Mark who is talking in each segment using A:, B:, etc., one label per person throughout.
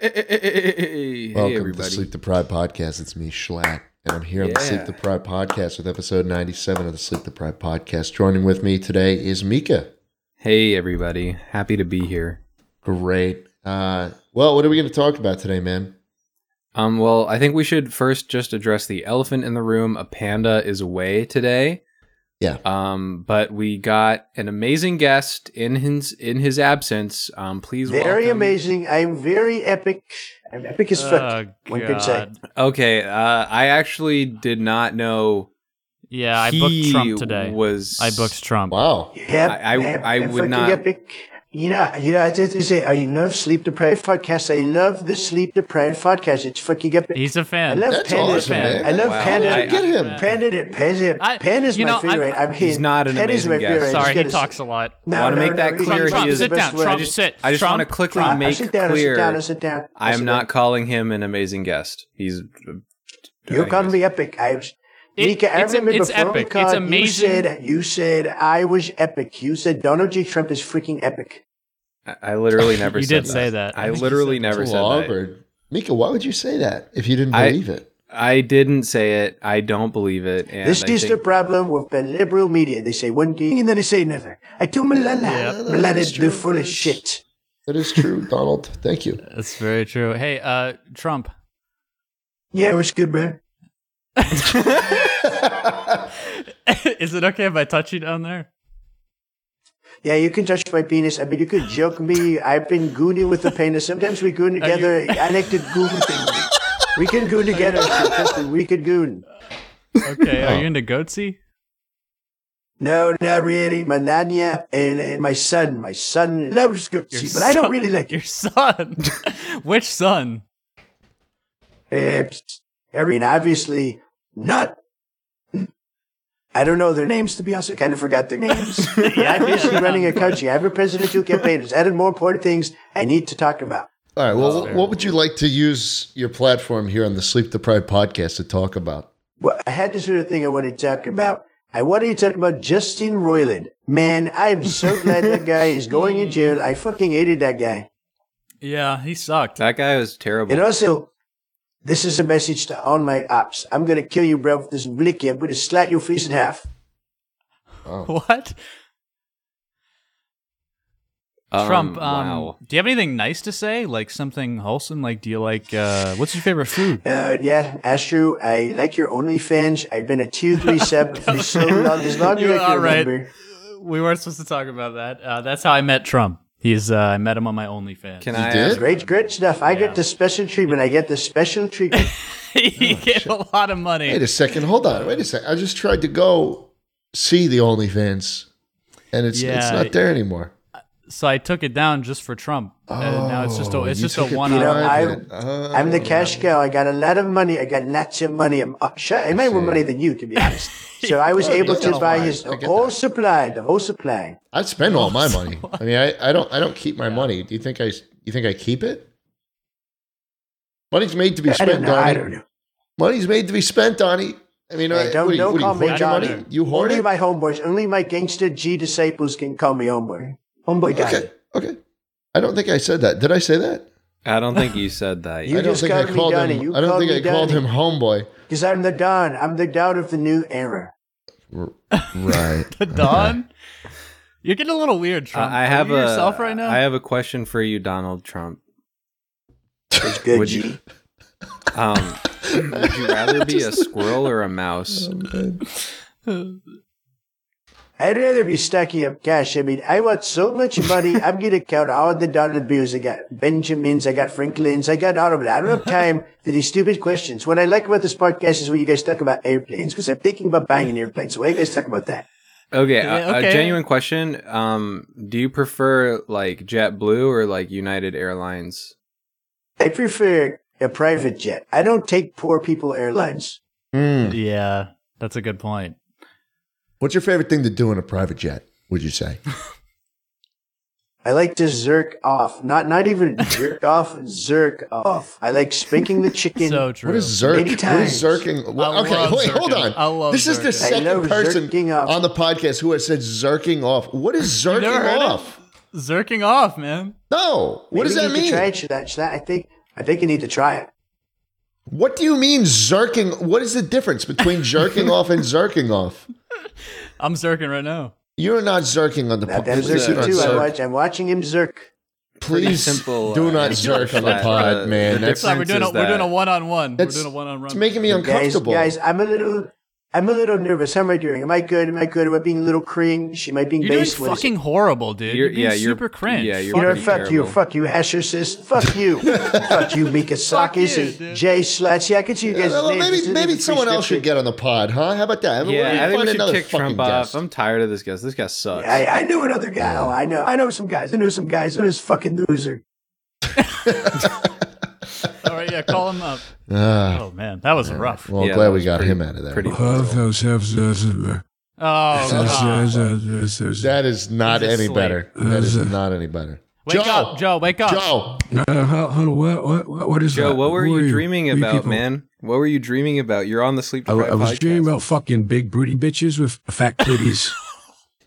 A: Hey,
B: Welcome to
A: everybody.
B: Sleep Deprived Podcast. It's me, Schlatt, and I'm here on the Sleep
A: Yeah.
B: Deprived Podcast with episode 97 of the Sleep Deprived Podcast. Joining with me today is Mika.
A: Hey, everybody. Happy to be here.
B: Great. Uh, well, what are we going to talk about today, man?
A: Um, well, I think we should first just address the elephant in the room. A panda is away today.
B: Yeah.
A: Um, but we got an amazing guest in his in his absence. Um, please
C: very
A: welcome-
C: amazing. I'm very epic. I'm epic as fuck.
D: Oh,
C: One could say.
D: God.
A: Okay, uh, I actually did not know
D: Yeah, I
A: he
D: booked Trump today.
A: Was
D: I booked Trump.
B: Wow.
C: Yep,
A: I- I-
C: yep,
A: I
C: I'm
A: would
C: fucking
A: not-
C: Epic. You know, you know, I have to say, I love sleep deprived podcasts. I love the sleep deprived podcast. It's fucking epic.
D: He's a
C: I
D: fan.
C: love
B: That's
C: Panda.
B: awesome, man.
C: I love
A: Wow.
C: Panda.
A: I-
B: Get him.
C: Panda, Panda,
D: I-
C: Panda, Panda's
D: you know,
C: my favorite.
D: I'm-
C: I'm, here.
A: He's not an
C: Panda's
A: amazing
C: my
A: guest.
C: favorite.
D: Sorry,
C: He's
D: he
C: got a-
D: talks a lot.
C: No,
A: Wanna
C: no,
A: make
C: no,
A: that
C: he's
A: clear,
C: got-
A: he
C: he's
A: is-
C: the
D: Sit
C: best
D: down,
C: word.
D: Trump,
A: I just,
D: sit.
A: I just
D: Trump?
A: want to quickly
C: I'll
A: make
C: sit down, I'll
A: clear
C: Sit down, I'll sit down.
A: I
C: I'll
A: am
C: sit
A: not
C: down.
A: calling him an amazing guest. He's
C: You called me epic. I was.
D: It-
C: Mika, I
D: it's-
C: remember
D: it's
C: before we
D: epic. It's
C: called, You
D: amazing.
C: said, you said I was epic. You said Donald J. Trump is freaking epic.
A: I I literally never.
D: You
A: said
D: did say that. I
A: I
D: think you
A: literally
D: said
A: never
B: It's a
A: said
B: little
A: that.
B: awkward. Mika, why would you say that if you didn't
A: I-
B: believe it?
A: I didn't say it. I don't believe it. And
C: this
A: I
C: is the
A: think-
C: problem with the liberal media. They say one thing and then they say another. I tell Malala,
D: Yeah.
C: Malala is they're full of shit.
B: That is true, Donald. Thank you.
D: That's very true. Hey, uh, Trump.
C: Yeah, it was good, man.
D: Is it okay if I touch you down there?
C: Yeah, you can touch my penis. I mean, you could joke me. I've been gooning with the penis. Sometimes we goon together. I like to goon things. We can goon together. so trust me, we could goon.
D: Okay, are you into goatsy?
C: No, not really. My nanya and, and my son. My son loves
D: Your
C: Gucci, but I don't
D: son-
C: really like
D: Your
C: it.
D: son. Which son?
C: Eh, psst. I mean, obviously, not. I don't know their names, to be honest. I kind of forgot their names. but I'm busy running a country. I have a presidential campaign. There's added more important things I need to talk about.
B: All right. Well,
D: fair.
B: what would you like to use your platform here on the Sleep Deprived Podcast to talk about?
C: Well, I had this little thing I wanted to talk about. I wanted to talk about Justin Roiland. Man, I'm so glad that guy is going in jail. I fucking hated that guy.
D: Yeah, he sucked.
A: that guy was terrible.
C: And also, this is a message to all my ops. I'm gonna kill you, bro, with this blicky. I'm gonna slat your face in half.
B: Oh.
D: What?
A: Um,
D: Trump, um,
A: wow.
D: do you have anything nice to say? Like something wholesome? Like, do you like, uh, what's your favorite food?
C: Uh, yeah, Astro, I like your OnlyFans. I've been a two three seven for so long, as long
D: You
C: as I can
D: are right.
C: remember.
D: We weren't supposed to talk about that. Uh, that's how I met Trump. He's, uh, I met him on my OnlyFans.
A: Can
B: You
A: I?
B: did?
A: ask-
C: Great, great stuff. I get the special treatment. I get the special treatment.
D: he
A: Oh,
D: gave a lot of money.
B: Wait a second. Hold on. Wait a second. I just tried to go see the OnlyFans, and it's it's
D: Yeah.
B: not there anymore.
D: so I took it down just for Trump. and now it's just a, it's
B: Oh, you
D: just a
B: took it
D: one
C: You know,
D: on.
B: private.
C: I'm-
B: Oh.
C: I'm the cash cow. I got a lot of money. I got lots of money. I'm, oh, shit, I made more money than you, to be honest. So I was able to
B: that's
C: buy
B: fine.
C: his
B: I get
C: whole
B: that.
C: supply, the whole supply.
B: I spend all my money. I mean, I, I don't I don't keep my money. Do you think I you think I keep it? Money's made to be
C: I don't
B: spent,
C: know. I don't
B: Donnie.
C: know.
B: Money's made to be spent, Donnie. I mean,
C: Hey,
B: I,
C: don't-
B: what, do you-
C: don't
B: what do you
C: call me
B: hoard your
C: Donnie.
B: money? You hoard
C: Only
B: it?
C: my homeboys, only my gangster G disciples can call me homeboy. Homeboy guy.
B: Okay, okay. I don't think I said that. Did I say that?
A: I don't think you said that.
C: You
B: I don't
C: just
B: think I
C: called me
B: called
C: Donnie.
B: him.
C: You
B: I don't
C: called
B: think
C: me
B: I called him
C: Donnie.
B: homeboy.
C: Because I'm the Don. I'm the Don of the new era.
B: Right.
D: The Don? Uh, You're getting a little weird, Trump.
A: I I have
D: Are you
A: a.
D: yourself right now?
A: I have a question for you, Donald Trump.
C: It's good,
A: Would
C: G.
A: you- Um, would you rather be a squirrel or a mouse?
C: I'd rather be stacking up cash. I mean, I want so much money. I'm going to count all the dollar bills. I got Benjamins. I got Franklin's. I got all of it. I don't have time for these stupid questions. What I like about this podcast is when you guys talk about airplanes, because I'm thinking about buying an airplane. So why you guys talk about that?
A: Okay,
D: Yeah,
A: a- A,
D: okay.
A: genuine question. Um, do you prefer like JetBlue or like United Airlines?
C: I prefer a private jet. I don't take poor people airlines.
B: Mm.
D: yeah, that's a good point.
B: What's your favorite thing to do in a private jet? Would you say?
C: I like to zerk off. Not not even jerk off, zerk off. I like spanking the chicken.
D: So true.
B: What is Zerk?
C: Many
B: What is
C: times.
B: zerking? What-
D: I
B: okay,
D: love
B: wait, hold
D: zerking.
B: on.
D: I love
B: this is the
D: zerking.
C: I
B: second
C: love
B: person
C: zerking off.
B: on the podcast who has said zerking off. What is zerking
D: never heard it?
B: off?
D: Zerking off, man.
B: No. What does
C: Maybe
B: that
C: you need to
B: mean?
C: Try it, Shadash. that, I think I think you need to try it.
B: What do you mean zerking? What is the difference between jerking off and zerking off?
D: I'm zerking right now.
B: You're not zerking on the
C: Now
B: pod.
C: them
B: Please do
C: zerking
B: not
C: too. I
B: zerk.
C: watch, I'm watching him zerk.
A: Pretty
B: Please
A: simple.
B: do
A: uh,
B: not
A: answer
B: zerk
A: to
B: on the
A: that.
B: pod,
A: The-
B: man.
A: the
B: That's-
D: Sorry, we're doing a,
A: difference is
D: we're doing
A: that-
D: a one on one. We're
B: That's-
D: doing a one on
B: It's
D: one.
B: making me
C: Guys,
B: uncomfortable.
C: guys, I'm a little I'm a little nervous. How am I doing? Am I good? Am I good? Am I being a little cringe? Am I being
D: You're doing
C: base? What is it?
D: fucking horrible, dude.
A: You're-
D: You're, being
A: yeah, you're-
D: super cringe.
A: yeah, you're
C: You know,
A: pretty
C: fuck you,
A: terrible.
C: fuck you, Hashirsis, fuck you, fuck you, Mika Sakis,
D: you,
C: and
D: dude.
C: Jay Slats. Yeah, I can see you guys.
B: well,
C: names. This
B: maybe
C: isn't
B: maybe
C: even
B: someone else should
C: prescriptive.
B: get on the pod, huh? How about that? I mean, we're gonna
A: Yeah, I think
B: find
A: we should
B: another
A: kick
B: fucking
A: Trump off.
B: guest.
A: I'm tired of this guest. This guy sucks.
C: I, I knew another guy. Oh, I know. I know some guys. I know some guys. I know this fucking loser.
D: All right, yeah, call him up.
B: Ah,
D: Oh man, that was rough.
B: well,
A: Yeah,
B: glad
A: that
B: we
A: was
B: got
A: pretty-
B: him out of there.
A: pretty-
E: Half those half those.
D: Oh, God.
B: That is not
D: He's
B: any
D: asleep.
B: better. That is
E: That's it.
B: not any better.
D: wake
B: Joe!
D: up, Joe. Wake up.
B: Joe,
E: What what what what is
A: Joe,
E: that?
A: what were
E: Who are
A: you dreaming
E: Who are you
A: about,
E: people?
A: man? What were you dreaming about? You're on the sleep
E: I,
A: deprived
E: I was
A: podcast.
E: dreaming about fucking big broody bitches with fat titties.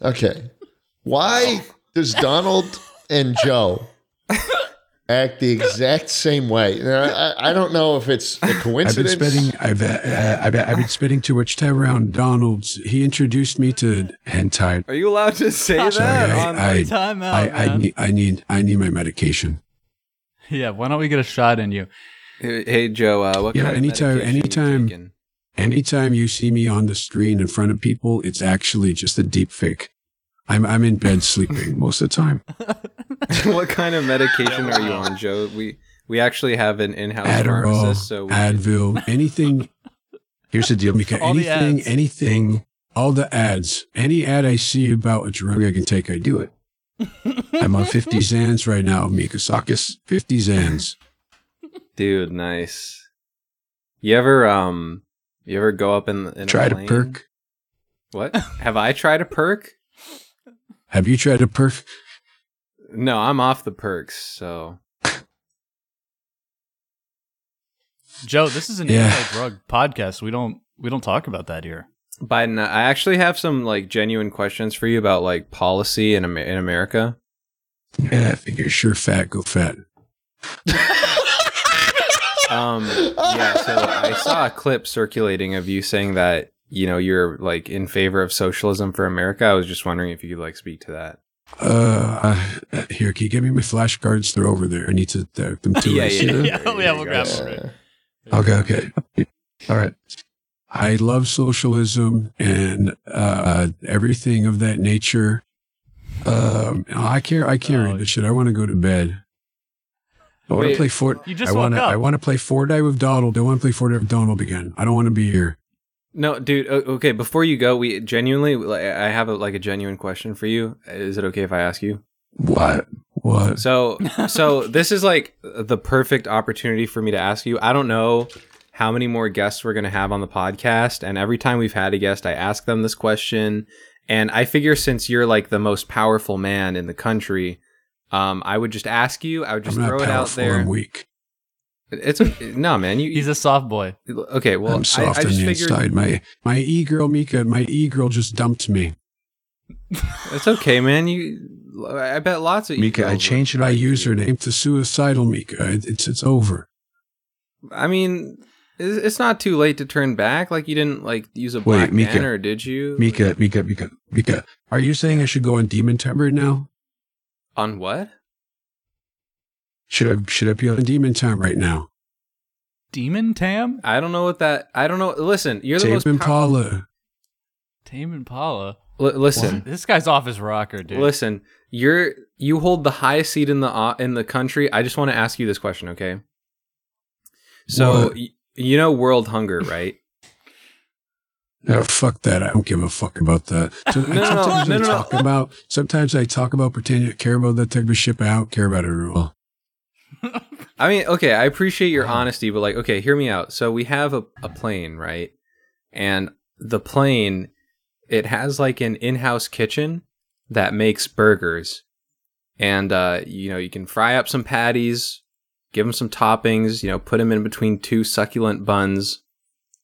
B: okay. Why does Donald and Joe act the exact same way? You know, I, I don't know if it's a
E: I've been
B: coincidence.
E: spending I've, uh, I've, I've been spending too much time around Donald's. He introduced me to hentai.
A: Are you allowed to say that?
E: Sorry,
A: on-
E: I, I,
D: Time out,
E: I, I,
D: Oh, man.
E: need, I need I need my medication.
D: yeah, why don't we get a shot in you?
A: Hey, hey, Joe, uh, what
E: Yeah,
A: kind of
E: anytime-
A: medication you
E: anytime-
A: taking?
E: Anytime you see me on the screen in front of people, it's actually just a deep fake. I'm I'm in bed sleeping most of the time.
A: what kind of medication are you on, Joe? We we actually have an in-house
E: Adderall,
A: pharmacist, so we
E: Advil, anything. Here's the deal, Mika.
D: All the
E: anything,
D: ads.
E: anything, all the ads. Any ad I see about a drug I can take, I do it. I'm on 50 Zans right now, Mika Sakis. 50 Zans.
A: dude, nice. You ever um, you ever go up in, in a
E: Tried a
A: plane?
E: perk.
A: What have I tried a perk?
E: Have you tried a perk?
A: No, I'm off the perks, so
D: Joe, this is an
E: Yeah.
D: anti-drug podcast. We don't we don't talk about that here.
A: Biden, I actually have some like genuine questions for you about like policy in Amer- in America.
E: Yeah, I figure. Sure, fat, go fat.
A: Um, yeah, so I saw a clip circulating of you saying that you know you're like in favor of socialism for America. I was just wondering if you could like speak to that.
E: Uh, uh, here, can you give me my flashcards? They're over there. I need to uh, them to
A: Yeah,
E: us,
A: yeah,
E: you know?
A: yeah.
D: yeah,
A: there
D: yeah,
A: you
D: we'll
A: go.
D: grab him.
B: Yeah.
E: Okay, okay. All right. I love socialism and uh, everything of that nature. Um, I care. I can't read this shit. I want to go to bed. I want
A: Wait,
E: to play Fort.
D: you just
E: I
D: woke
E: wanna,
D: up.
E: I want to play Fortnite with Donald. I want to play Fortnite with Donald again. I don't want to be here.
A: No, dude. o- Okay, before you go, we genuinely, like, I have a, like a genuine question for you. Is it okay if I ask you?
E: What? What?
A: So, so this is like the perfect opportunity for me to ask you. I don't know how many more guests we're going to have on the podcast, and every time we've had a guest, I ask them this question, and I figure since you're like the most powerful man in the country, um, I would just ask you. I would just
E: I'm
A: throw
E: not
A: it out
E: powerful.
A: there.
E: I'm weak.
A: It's a, no, man. You,
D: He's a soft boy.
A: okay? Well,
E: I'm soft
A: I, I
E: on
A: just
E: the
A: figured
E: inside. My my e girl Mika. My e girl just dumped me.
A: it's okay, man. You, I bet lots of
E: Mika, I
A: girls-
E: changed my username to suicidal Mika. It- It's it's over.
A: I mean, it's it's not too late to turn back. Like you didn't like use a
E: Wait,
A: black
E: Mika.
A: banner, did you?
E: Mika, Mika, Mika, Mika, are you saying I should go on Demon Time right now?
A: on what?
E: Should I should I be on Demon Time right now?
D: Demon Tam?
A: I don't know what that. I don't know. Listen, you're the
E: Tame
A: most. pow-
E: Impala.
D: Tame Impala.
A: Li- listen,
D: This guy's off his rocker, dude.
A: listen. You're you hold the highest seat in the uh, in the country. I just want to ask you this question, okay? So
E: What?
A: y- you know world hunger, right?
E: Oh, fuck that. I don't give a fuck about that. So-
A: No, no,
E: sometimes
A: no,
E: I
A: no, no.
E: talk about sometimes I talk about pretending I care about that type of shit, but I don't care about it at all.
A: I mean, okay, I appreciate your honesty, but like, okay, hear me out. So we have a, a plane, right? And the plane, it has like an in house kitchen that makes burgers. and uh, you know you can fry up some patties, give them some toppings, you know, put them in between two succulent buns,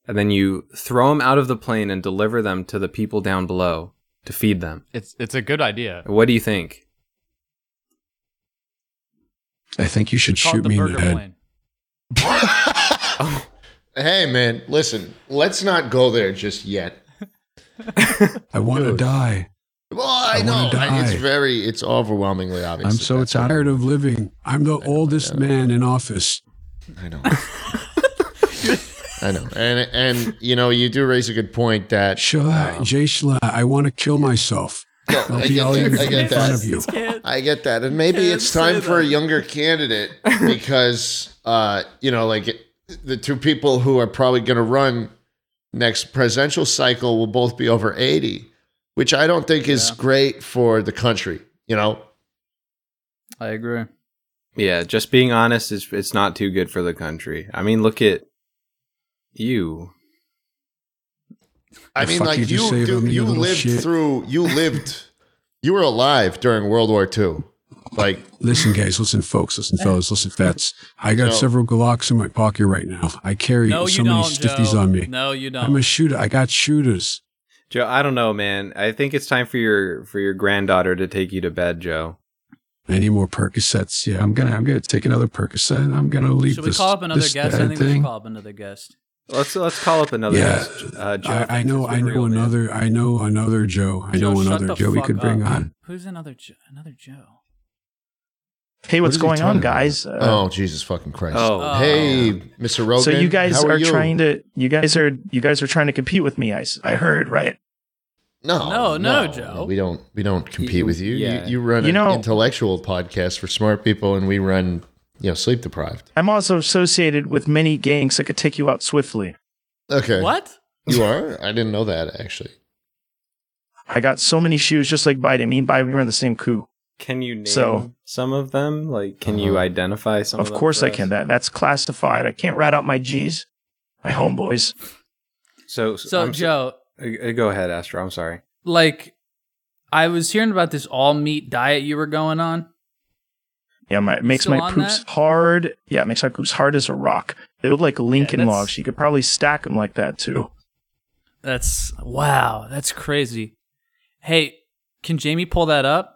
A: and then you throw them out of the plane and deliver them to the people down below to feed them.
D: It's it's a good idea.
A: What do you think?
E: I think you should
D: Call it
E: shoot
D: the
E: me in
D: burger
E: the head.
D: plane.
B: Uh, Hey, man, listen, let's not go there just yet.
E: I want to die.
B: Well, I,
E: I
B: know
E: wanna
B: I- it's
E: die.
B: very, it's overwhelmingly obvious.
E: I'm
B: that
E: so
B: that's what-
E: tired of living. I'm the oldest man in office.
B: I know. I know, and and you know, you do raise a good point that
E: Shla, Jay Shla, I want to kill myself.
B: No,
E: I'll
B: I
E: be
B: get
E: all
B: that.
E: in
B: I get that.
E: front of you.
B: I get that. And maybe it's time for a younger candidate because, uh, you know, like the two people who are probably going to run next presidential cycle will both be over 80, which I don't think is great for the country, you know?
D: I agree.
A: Yeah, just being honest is it's not too good for the country. I mean, look at you.
B: I
E: The
B: mean,
E: fuck
B: like
E: you just
B: you,
E: say
B: dude,
E: about me,
B: you
E: you little
B: lived
E: shit.
B: through, you lived, you were alive during World War II. Like,
E: Listen, guys, listen, folks, listen, fellas, listen, vets. I got
B: No.
E: several Glocks in my pocket right now. I carry
D: No,
E: so
D: you
E: many
D: don't.
E: stiffies
D: Joe.
E: on me.
D: No, you don't.
E: I'm a shooter. I got shooters.
A: Joe, I don't know, man. I think it's time for your for your granddaughter to take you to bed, Joe.
E: I need more Percocets. Yeah, I'm gonna, I'm gonna take another Percocet. and I'm gonna leave
D: should we
E: this.
D: call up another
E: this
D: guest?
E: bad
D: I think we should call up another guest.
A: Let's let's call up another.
E: Yeah,
A: guest, uh, Joe,
E: I, I know,
A: Let's be
E: I know
A: real, man.
E: another, I know another Joe. I know
D: Joe, shut
E: another
D: the
E: Joe we
D: fuck
E: could bring
D: up.
E: on.
D: Who's another jo- another Joe?
F: Hey,
E: What
F: what's
E: is he
F: going
E: talking
F: on,
E: about?
F: guys? Uh,
B: oh, Jesus fucking Christ.
A: Oh,
D: Uh,
B: Hey, Mr. Rogan.
F: so you guys
B: how
F: are,
B: you?
F: trying to you guys are you guys are trying to compete with me. I, s- I heard right.
B: No,
D: No, no, Joe.
B: We don't. We don't compete
A: You-
B: with you.
A: yeah.
B: You, you run
F: You
B: an
F: know-
B: intellectual podcast for smart people, and we run, you know, sleep deprived.
F: I'm also associated with many gangs that could take you out swiftly.
B: Okay,
D: What?
B: you are? I didn't know that actually.
F: I got so many shoes just like Biden. Me and Biden were in the same coup.
A: Can you name
F: So-
A: some of them? Like, can you
B: Uh-huh.
A: identify some?
F: Of
A: them
F: course
A: for
F: I
A: us?
F: can. That that's classified. I can't rat out my G's, my homeboys.
A: So, so,
D: So
A: I'm so-
D: Joe,
A: uh, uh, go ahead, Astro. I'm sorry.
D: like, I was hearing about this all meat diet you were going on.
F: Yeah, my, it makes
D: Still
F: my
D: on
F: poops
D: that?
F: hard. Yeah, it makes my poops hard as a rock. They look like Lincoln
D: that's-
F: logs. You could probably stack them like that too.
D: That's wow. That's crazy. Hey, can Jamie pull that up?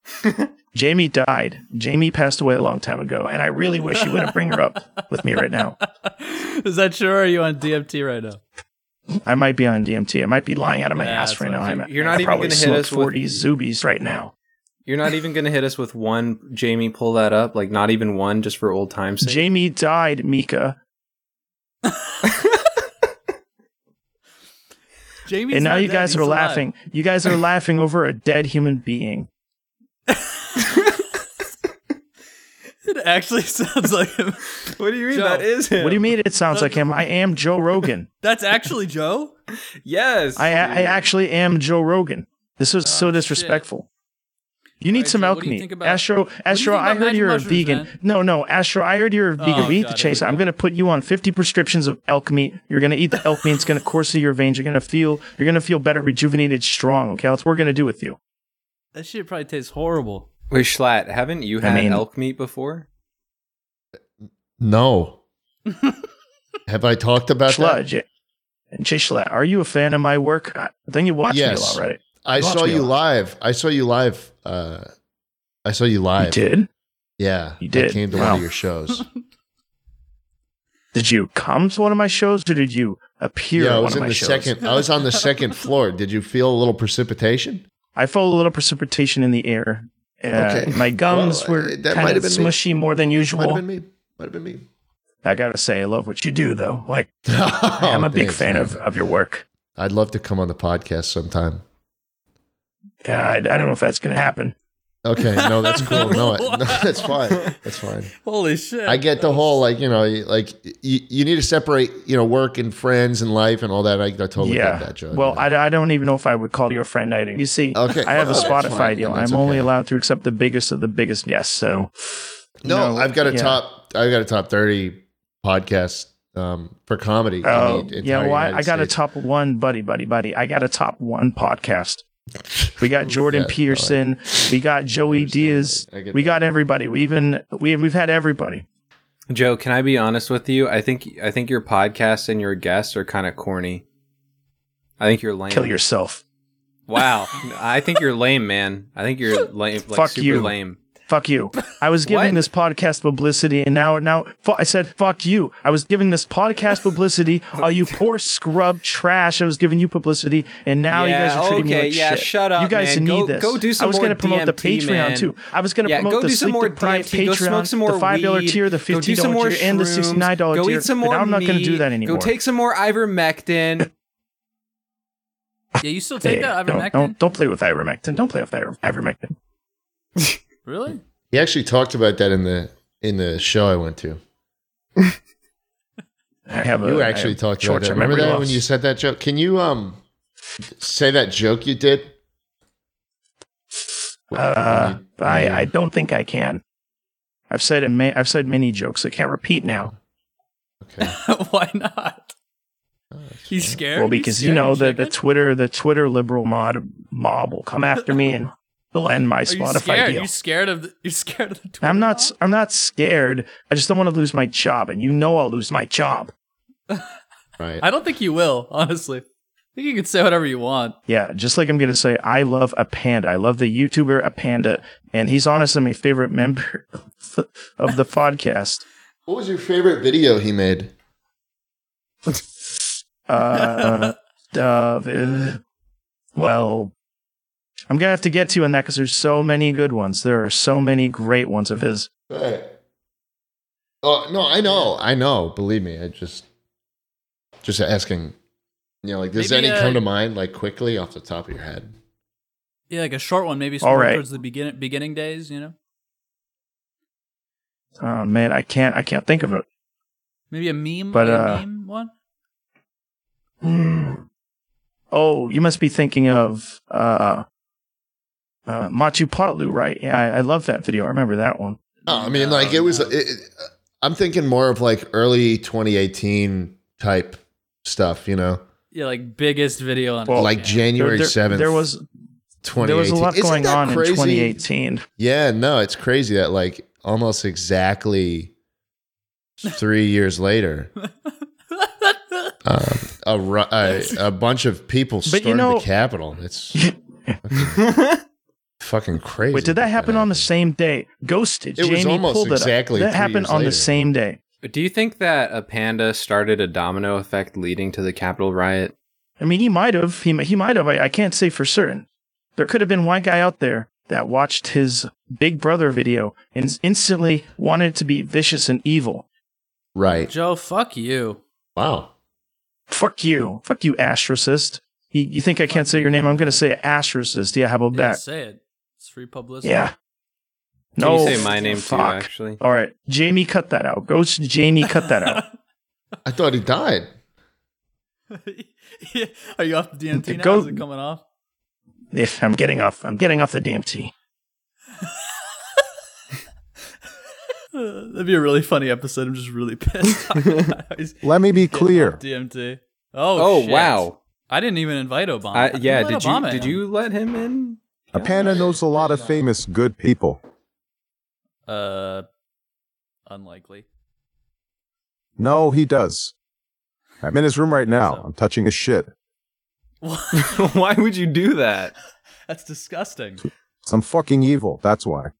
F: Jamie died. Jamie passed away a long time ago, and I really wish you wouldn't bring her up with me right now.
D: Is that sure? Or are you on DMT right now?
F: I might be on DMT. I might be lying out of my
D: Yeah,
F: ass
D: that's
F: right
D: what
F: now.
D: I'm
F: I'm
A: saying. You're not
F: I
A: even
F: probably
A: gonna hit
F: smoked
A: us with-
F: 40 Zubies right now.
A: You're not even going to hit us with one, Jamie. Pull that up. Like, not even one, just for old times' sake.
F: Jamie died, Mika.
D: Jamie,
F: and now you guys are laughing. You guys are laughing over a dead human being.
D: It actually sounds like him.
A: what do you mean?
D: Joe,
A: that is him.
F: What do you mean it sounds like him? I am Joe Rogan.
D: That's actually Joe.
A: Yes.
F: I, I
A: dude.
F: actually am Joe Rogan. This was
D: Oh,
F: so
D: shit.
F: disrespectful. You need
D: Alright,
F: some
D: so what do you
F: alchemy.
D: think about-
F: Astro, Astro,
D: think about
F: I heard
D: magic
F: you're a
D: mushrooms,
F: vegan.
D: man?
F: No, no, Astro, I heard you're a vegan.
D: Oh,
F: we eat
D: God,
F: the
D: here
F: chase.
D: we
F: I'm
D: go.
F: going to put you on 50 prescriptions of alchemy. You're going to eat the alchemy. It's going to course through your veins. You're going to feel, you're going to feel better, rejuvenated, strong. Okay. That's what we're going to do with you.
D: That shit probably tastes horrible.
A: Wait, Schlatt, haven't you
F: I
A: had
F: mean-
A: elk meat before?
B: No. Have I talked about that?
F: Schludge. And Chishla, are you a fan of my work? I I think you watched
B: Yes.
F: me already.
B: I
F: Watch
B: saw
F: me
B: you
F: a
B: live. I saw you live. Uh, I saw you
F: You
B: live.
F: did?
B: Yeah,
F: You did.
B: I came to one
F: Wow.
B: of your shows.
F: Did you come to one of my shows or did you appear
B: yeah, I was
F: at one of
B: in
F: my
B: the
F: shows?
B: second. I was on the second floor. Did you feel a little precipitation?
F: I felt a little precipitation in the air. Uh,
B: Okay.
F: My gums
B: Well, uh,
F: were
B: that might
F: kind
B: have
F: of
B: been me.
F: smushy more than
B: Might have
F: usual.
B: been me. Might have been me.
F: I gotta say, I love what you do, though. Like,
B: Oh,
F: I'm a big
B: thanks,
F: fan
B: man.
F: of, of your work.
B: I'd love to come on the podcast sometime.
F: Yeah, I, I don't know if that's gonna happen.
B: Okay, no, that's cool. No, I- no, that's fine. That's fine.
D: Holy shit!
B: I get the whole like you know you- like you, you need to separate you know work and friends and life and all that. I, I totally
F: yeah.
B: get that, Joe.
F: well, I, I don't even know if I would call you a friend. I you see,
B: Okay.
F: I have a
B: Well, that's
F: Spotify
B: fine.
F: deal.
B: That's
F: I'm only
B: okay.
F: allowed to accept the biggest of the biggest. Yes, so
B: no, I've got a
F: yeah.
B: top. I've got a top thirty podcast um, for comedy. in
F: Oh,
B: the
F: yeah.
B: entire
F: Well, I,
B: United
F: I got a
B: States.
F: top one, buddy, buddy, buddy. I got a top one podcast. We got Jordan
B: Yeah,
F: Peterson. We got Joey Diaz.
B: I get
F: We got everybody. We even we we've had everybody.
A: Joe, can I be honest with you? I think I think your podcast and your guests are kind of corny. I think you're lame.
F: Kill yourself.
A: wow, I think you're lame, man. I think you're lame. Like,
F: Fuck
A: super
F: you.
A: Lame.
F: Fuck you. I was
A: What?
F: giving this podcast publicity and now now fu- I said fuck you. I was giving this podcast publicity. oh, you poor scrub trash. I was giving you publicity and now you guys
A: Yeah,
F: are treating
A: okay,
F: me like
A: yeah,
F: shit.
A: shut up,
F: You guys
A: man.
F: need
A: Go-
F: this.
A: go do some
F: I was
A: more
F: gonna promote the
A: DMT,
F: Patreon
A: man.
F: too. I was going to
A: Yeah,
F: promote
A: go
F: the
A: do some
F: Sleep
A: more
F: Deprived
A: DMT. Go
F: Patreon,
A: smoke some more
F: the $5
A: weed.
F: tier, the
A: Go do some
F: $15
A: more
F: tier and the
A: shrooms.
F: $69 tier.
A: Go eat some more
F: but I'm not going to do
A: meat.
F: that anymore.
A: Go take some more ivermectin.
D: Yeah, you still
F: Hey,
D: take that
F: don't,
D: ivermectin?
F: don't, don't play with ivermectin. Don't play with iver- ivermectin.
D: Really?
B: He actually talked about that in the in the show I went to.
F: I have a,
B: You
F: I have
B: actually talked about that.
F: short-term
B: Remember
F: memory
B: that when
F: loss.
B: you said that joke? Can you um say that joke you did?
F: Uh,
B: When you-
F: I, I don't think I can. I've said it. Ma- I've said many jokes. I can't repeat now.
B: Okay.
D: Why not? He's scared.
F: Well,
D: He's
F: because you
D: scared,
F: know the, the
D: chicken?
F: Twitter the Twitter liberal mod mob will come after me and they'll end my
D: Are you
F: Spotify
D: scared?
F: deal.
D: You scared of the, you're scared of the Twitter?
F: I'm not.
D: mob?
F: s- I'm not scared. I just don't want to lose my job, and you know I'll lose my job.
B: Right.
D: I don't think you will, honestly. I think you can say whatever you want.
F: Yeah, just like I'm gonna say, I love a panda. I love the YouTuber a panda, and he's honestly my favorite member of the podcast.
B: What was your favorite video he made?
F: uh, uh, well, I'm gonna have to get to you on that because there's so many good ones. There are so many great ones of his.
B: Right. Oh no, I know, I know. Believe me, I just just asking. You know, like does
D: Maybe,
B: any
D: uh,
B: come to mind like quickly off the top of your head?
D: Yeah, like a short one, maybe
F: All
D: somewhere
F: right.
D: towards the beginning beginning days, you know?
F: Oh man, I can't, I can't think of it.
D: Maybe a meme,
F: But,
D: like a
F: uh,
D: meme one?
F: Hmm. Oh, you must be thinking of uh, uh, Machu Potlu, right? Yeah, I, I love that video. I remember that one.
B: No, I mean, like it was.
D: no.
B: It, it- I'm thinking more of like early 2018 type stuff. You know,
D: Yeah, like biggest video on
F: Well,
B: like
F: There-
B: January
F: there,
B: 7th,
F: There was
B: 2018.
F: there was a lot
B: Isn't
F: going
B: that
F: on
B: crazy?
F: in 2018.
B: Yeah, no, it's crazy that like almost exactly three years later, um, a, ru- a a bunch of people stormed
F: you know-
B: the Capitol. It's fucking crazy.
F: Wait, did that happen on the
B: happened.
F: same day? Ghosted.
B: It was
F: Jamie
B: almost
F: pulled it up.
B: exactly
F: That
B: three
F: happened
B: years
F: on
B: later.
F: the same day.
A: Do you think that a panda started a domino effect leading to the Capitol riot?
F: I mean, he might have. He, mi- he might have. I, I can't say for certain. There could have been one guy out there that watched his Big Brother video and instantly wanted to be vicious and evil.
B: Right.
D: Joe, fuck you.
B: Wow.
F: Fuck you. Fuck you, astrocist. You, you think I can't say your name? I'm going to say astrocist. Yeah, how about
D: Yeah,
F: that?
D: say it. It's free publicity.
F: Yeah.
A: Can
F: No.
A: you say my name too,
F: fuck.
A: actually?
F: All right. Jamie, cut that out. Ghost Jamie, cut that out.
B: I thought he died.
D: Yeah. Are you off the DMT now?
F: Go-
D: Is it coming off?
F: if I'm getting off, I'm getting off the DMT.
D: Uh, that'd be a really funny episode. I'm just really pissed. He's
G: Let me be
D: getting
G: clear.
D: off DMT. Oh,
A: Oh,
D: shit.
A: wow!
D: I didn't even invite Obama.
A: I, yeah,
D: Who let
A: did you
D: Obama
A: did
D: in?
A: you let him in?
G: A panda knows a lot of famous good people.
D: Uh, unlikely.
G: No, he does. I'm in his room right now.
D: So-
G: I'm touching his shit.
A: Why would you do that?
D: That's disgusting.
G: I'm fucking evil. That's why.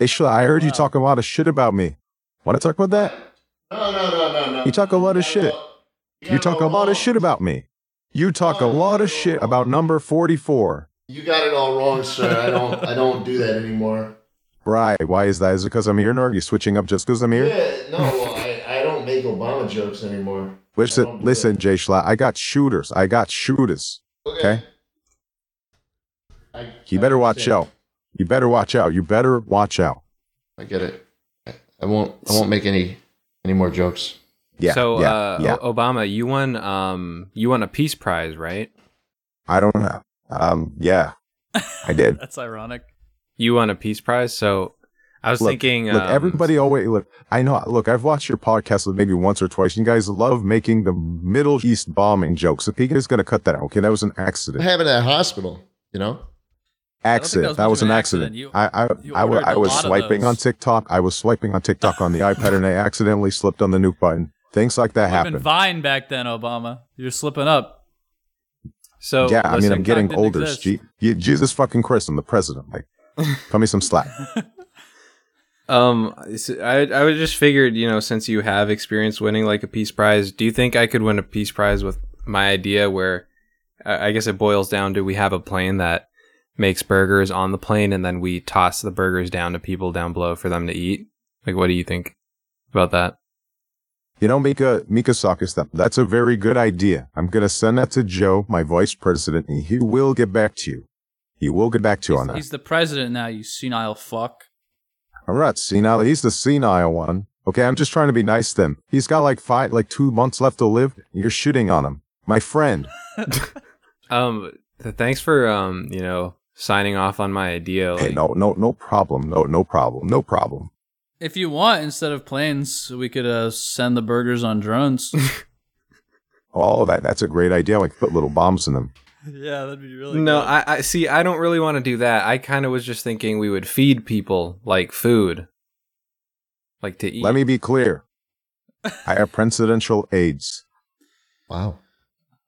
G: Hey, Shla, I heard you talk a lot of shit about me. Want to talk about that?
B: No, no, no, no, no.
G: You talk a lot of shit. You talk a lot of shit about me. You talk a lot of shit about number 44.
B: You got it all wrong, sir. I don't. I don't do that anymore.
G: Right. Why is that? Is it because I'm here? No, are you switching up just because I'm here?
B: no, I, I don't make Obama jokes anymore.
G: Listen, listen, Jay Schlatt, I got shooters. I got shooters. Okay?
B: I-
G: You
B: I
G: better watch
B: understand.
G: out. You better watch out. You better watch out.
B: I get it. I- I won't. I won't make any any more jokes.
G: Yeah.
A: So,
G: yeah,
A: uh,
G: yeah.
A: O- Obama, you won. Um, you won a peace prize, right?
G: I don't know. Um, yeah, I did.
D: That's ironic.
A: You won a peace prize. So, I was
G: Look,
A: thinking.
G: Look,
A: um,
G: everybody always look. I know. Look, I've watched your podcast maybe once or twice. You guys love making the Middle East bombing jokes. So Pete is going to cut that out. Okay, that was an
B: What
G: accident.
B: happened at hospital? You know?
G: Accident.
D: think that
G: That
D: was
G: was an
D: much of an
G: accident. I I,
D: you
G: I, wa-
D: ordered
G: I
D: a
G: was
D: lot of
G: swiping
D: those.
G: on TikTok. I was swiping on TikTok on the iPad and I accidentally slipped on the nuke button. Things like that
D: I've been
G: happen.
D: Vine back then, Obama. You're slipping up.
A: So
G: Yeah, I mean, I'm
D: TikTok
G: getting
D: didn't
G: older.
D: exist.
G: Je- you- Jesus fucking Christ, I'm the president. Like, cut me some slack.
A: Um, s- I I would just figured, you know, since you have experience winning like a peace prize, do you think I could win a peace prize with my idea? Where I I guess it boils down to we have a plane that makes burgers on the plane, and then we toss the burgers down to people down below for them to eat. Like, what do you think about that?
G: You know, Mika, Mika Sakis, that, that's a very good idea. I'm going to send that to Joe, my vice president, and he will get back to you. He will get back to you on that.
D: He's the president now, you senile fuck.
G: All right, senile. He's the senile one. Okay, I'm just trying to be nice to him. He's got like five, like two months left to live. You're shitting on him. My friend,
A: Um, th- thanks for um, you know, signing off on my idea.
G: Hey,
A: like-
G: no, no, no problem. No, no problem. No problem.
D: If you want, instead of planes, we could uh, send the burgers on drones.
G: All of that. That's a great idea. Like put little bombs in them.
D: yeah, that'd be really
A: No, I, I see. I don't really want to do that. I kind of was just thinking we would feed people like food, like to eat.
G: Let me be clear. I have presidential aides.
B: Wow.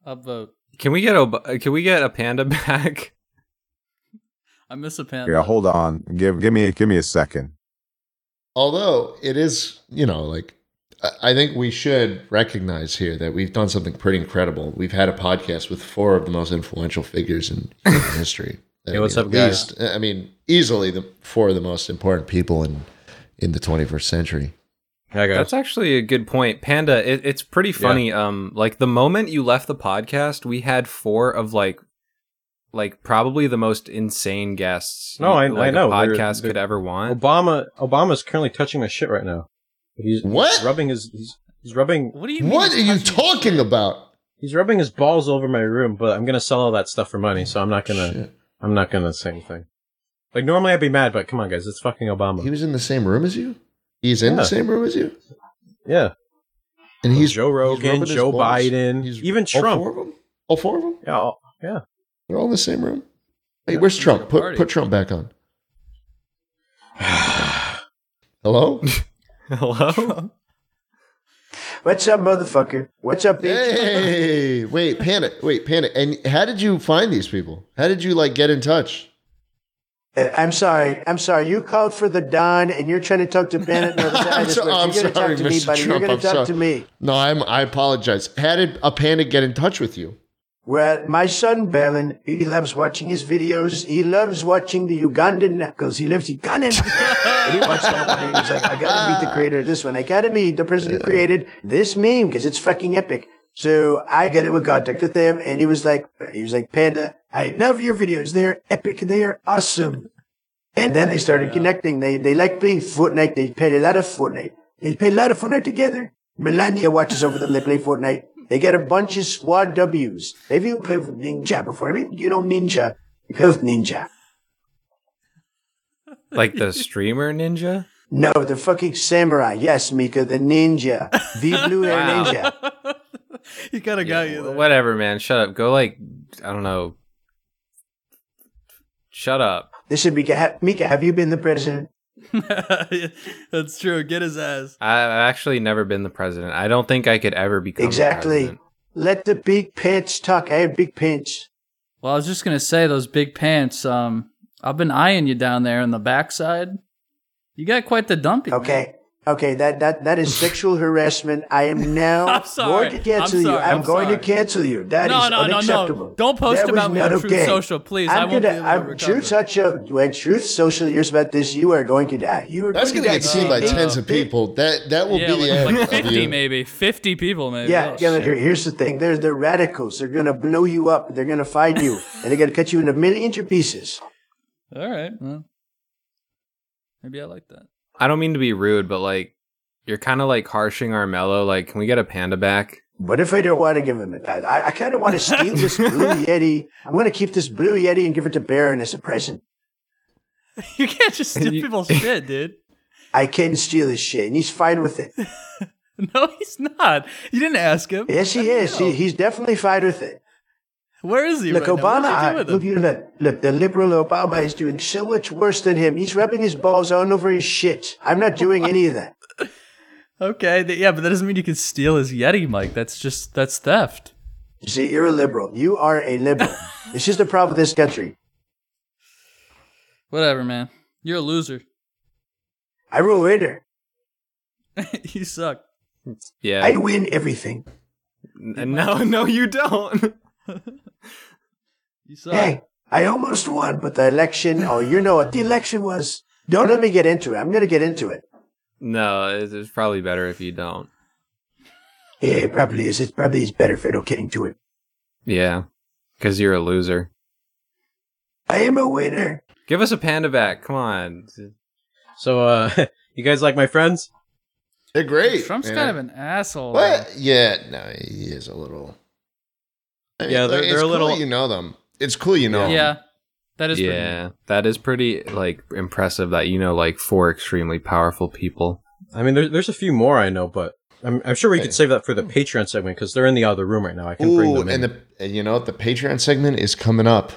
D: Upvote.
A: Can we get a uh, Can we get a panda back?
D: I miss a panda.
G: Yeah, hold on. Give, give me, give me a second.
B: Although it is, you know, like I- I think we should recognize here that we've done something pretty incredible. We've had a podcast with four of the most influential figures in human history.
A: Hey, what's
B: I mean,
A: up,
B: at
A: guys?
B: least- I mean, easily the four of the most important people in in the 21st century.
H: Hi guys.
A: That's actually a good point, Panda. It, it's pretty funny. Um, like the moment you left the podcast, we had four of like, like probably the most insane guests.
H: No, I-
A: like
H: I know.
A: a
H: They're-
A: podcast
H: they're-
A: could ever want.
H: Obama Obama's currently touching my shit right now. He's
B: What?
H: He's rubbing his he's, he's rubbing
D: What do you mean?
B: What are
D: he's
B: you
D: touching-
B: talking about?
H: he's rubbing his balls over my room, but I'm gonna sell all that stuff for money, so I'm not gonna
B: Shit.
H: I'm not gonna say anything. Like normally I'd be mad, but come on guys, it's fucking Obama.
B: He was in the same room as you? He's in the
H: Yeah.
B: same room as you?
H: yeah.
B: And he's
H: Joe Rogan,
B: rubbing his
H: Joe
B: balls?
H: Biden, even
B: All four
H: Trump.
B: of them? All four of them?
H: Yeah, all- yeah.
B: They're all in the same room? Hey, where's Trump?
D: like a
B: put
D: party.
B: put Trump back on. Hello?
A: Hello.
C: What's up, motherfucker? What's up, bitch?
B: Hey, wait, Panda, wait, Panda. And how did you find these people? How did you like get in touch?
C: Uh, I'm sorry. I'm sorry. You called for the Don, and you're trying to talk to Bennett. No, that's how
B: I'm
C: this
B: so-
C: works.
B: I'm
C: you're gonna
B: sorry,
C: talk to me,
B: Mr.
C: buddy.
B: Trump,
C: you're going
B: I'm
C: to talk
B: sorry.
C: to me.
B: No, I'm I apologize. How did a panda get in touch with you?
C: Well, my son Balin, he loves watching his videos. He loves watching the Ugandan knuckles. He loves Ugandan. and he watched all of them. He was like, I gotta meet the creator of this one. I gotta meet the person who created this meme because it's fucking epic. So I got in contact with him, and he was like, he was like, Panda, I love your videos. They're epic. They are awesome. And then they started connecting. They they like playing Fortnite. They played a lot of Fortnite. They play a lot of Fortnite together. Melania watches over them. They play Fortnite. They get a bunch of squad W's. Have you played with Ninja before? I mean, you know Ninja. You play with Ninja.
A: like the streamer ninja.
C: No, the fucking samurai. Yes, Mika, the ninja. The blue hair
A: Wow.
C: ninja.
D: He kind of got you there.
A: Whatever, man. Shut up. Go like I don't know. Shut up.
C: This should be ha- Mika. Have you been the president?
D: That's true. Get his ass.
A: I've actually never been the president. I don't think I could ever become the
C: Exactly.
A: president.
C: Let the big pants talk. I have big pants.
D: Well, I was just gonna say those big pants. Um, I've been eyeing you down there in the backside. You got quite the dumpy.
C: Okay. Okay, that, that, that is sexual harassment. I am now
D: I'm sorry.
C: going to
D: I'm
C: cancel you.
D: sorry.
C: I'm,
D: I'm
C: going
D: sorry.
C: to cancel you. That is
D: No, no, no,
C: unacceptable.
D: no. Don't post
C: That was
D: about me on
C: not
D: Truth Social, please. I
C: I'm
D: won't
C: gonna,
D: be able to
C: I'm
D: recover.
C: Truth Social. When Truth Social hears about this, you are going to die. You are
B: That's
C: going
B: gonna
C: to die.
B: get seen by
D: Uh,
B: tens of people. That that will
D: Yeah,
B: be the
D: like,
B: end
D: like
B: of
D: fifty
B: you.
D: maybe. Fifty people maybe.
C: Yeah,
D: Oh,
C: yeah
D: shit.
C: here, here's the thing. They're, they're radicals. They're going to blow you up. They're going to find you. and they're going to cut you into a million inch pieces.
D: All right. Well, maybe I like that.
A: I don't mean to be rude, but like you're kind of like harshing our mellow. Like, can we get a panda back?
C: What if I don't want to give him it? I, I kind of want to steal this blue Yeti. I'm going to keep this blue Yeti and give it to Baron as a present.
D: You can't just steal
A: You-
D: people's shit, dude.
C: I can steal his shit, and he's fine with it.
D: No, he's not. You didn't ask him.
C: Yes, he is. He, he's definitely fine with it.
I: Where is he?
C: Look,
I: right now? What did you
C: Obama.
I: do with
C: I,
I: him?
C: look, you look, look, the liberal Obama is doing so much worse than him. He's rubbing his balls all over his shit. I'm not doing any of that.
D: Okay, th- yeah, but that doesn't mean you can steal his Yeti, Mike. That's just that's theft.
C: You see, you're a liberal. You are a liberal. this is the problem with this country.
D: Whatever, man. You're a loser.
C: I'm a winner.
D: you suck.
A: Yeah.
C: I win everything.
A: N- no, no, you don't.
D: You suck.
C: Hey, I almost won, but the election, oh, you know what the election was. Don't let me get into it. I'm going to get into it.
A: no, it's, it's probably better if you don't.
C: Yeah, it probably is. It probably is better if I don't get into it.
A: Yeah, because you're a loser.
C: I am a winner.
A: Give us a panda back. Come on.
H: So, uh, you guys like my friends?
B: They're great.
D: Trump's
B: man.
D: kind of an asshole.
B: What? Yeah, no, he is a little. I mean,
H: Yeah, they're-
B: it's
H: they're a
B: cool
H: little-
B: You know them. It's cool. You know.
D: though.
B: them.
D: Yeah, that is. pretty
A: Yeah, that is pretty like impressive that you know like four extremely powerful people.
H: I mean, there, there's a few more I know, but I'm, I'm sure we
B: Hey.
H: could save that for the Patreon segment because they're in the other room right now. I can bring
B: Ooh,
H: them
B: and
H: in.
B: the and you know what? The Patreon segment is coming up.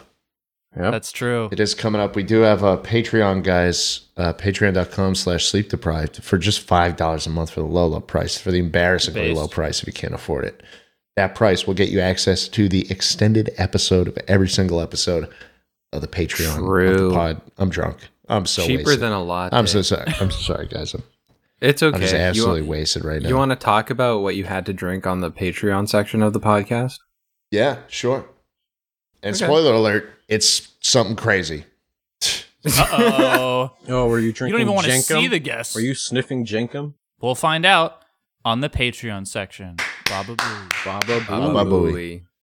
H: yeah.
I: That's true.
B: It is coming up. We do have a Patreon, guys. Uh, Patreon.com slash sleep deprived for just $5 a month for the low, low price, for the embarrassingly
I: Based.
B: low price if you can't afford it. That price will get you access to the extended episode of every single episode of the Patreon. of the
A: True.
B: pod. I'm drunk. I'm so
A: Cheaper
B: wasted.
A: than a lot.
B: I'm so sorry. I'm so sorry, guys. I'm,
A: It's
B: I'm just
A: okay. You
B: absolutely
A: want-
B: wasted right now.
A: you want to talk about what you had to drink on the Patreon section of the podcast?
B: yeah, sure. And spoiler alert, it's something crazy.
I: Uh oh.
H: oh, were you
I: you
H: drinking?
I: don't even want to
H: Jenkum?
I: see the guests.
H: Were you sniffing Jenkum?
I: We'll find out on the Patreon section. Probably.
H: Baba
B: Baba
A: Probably.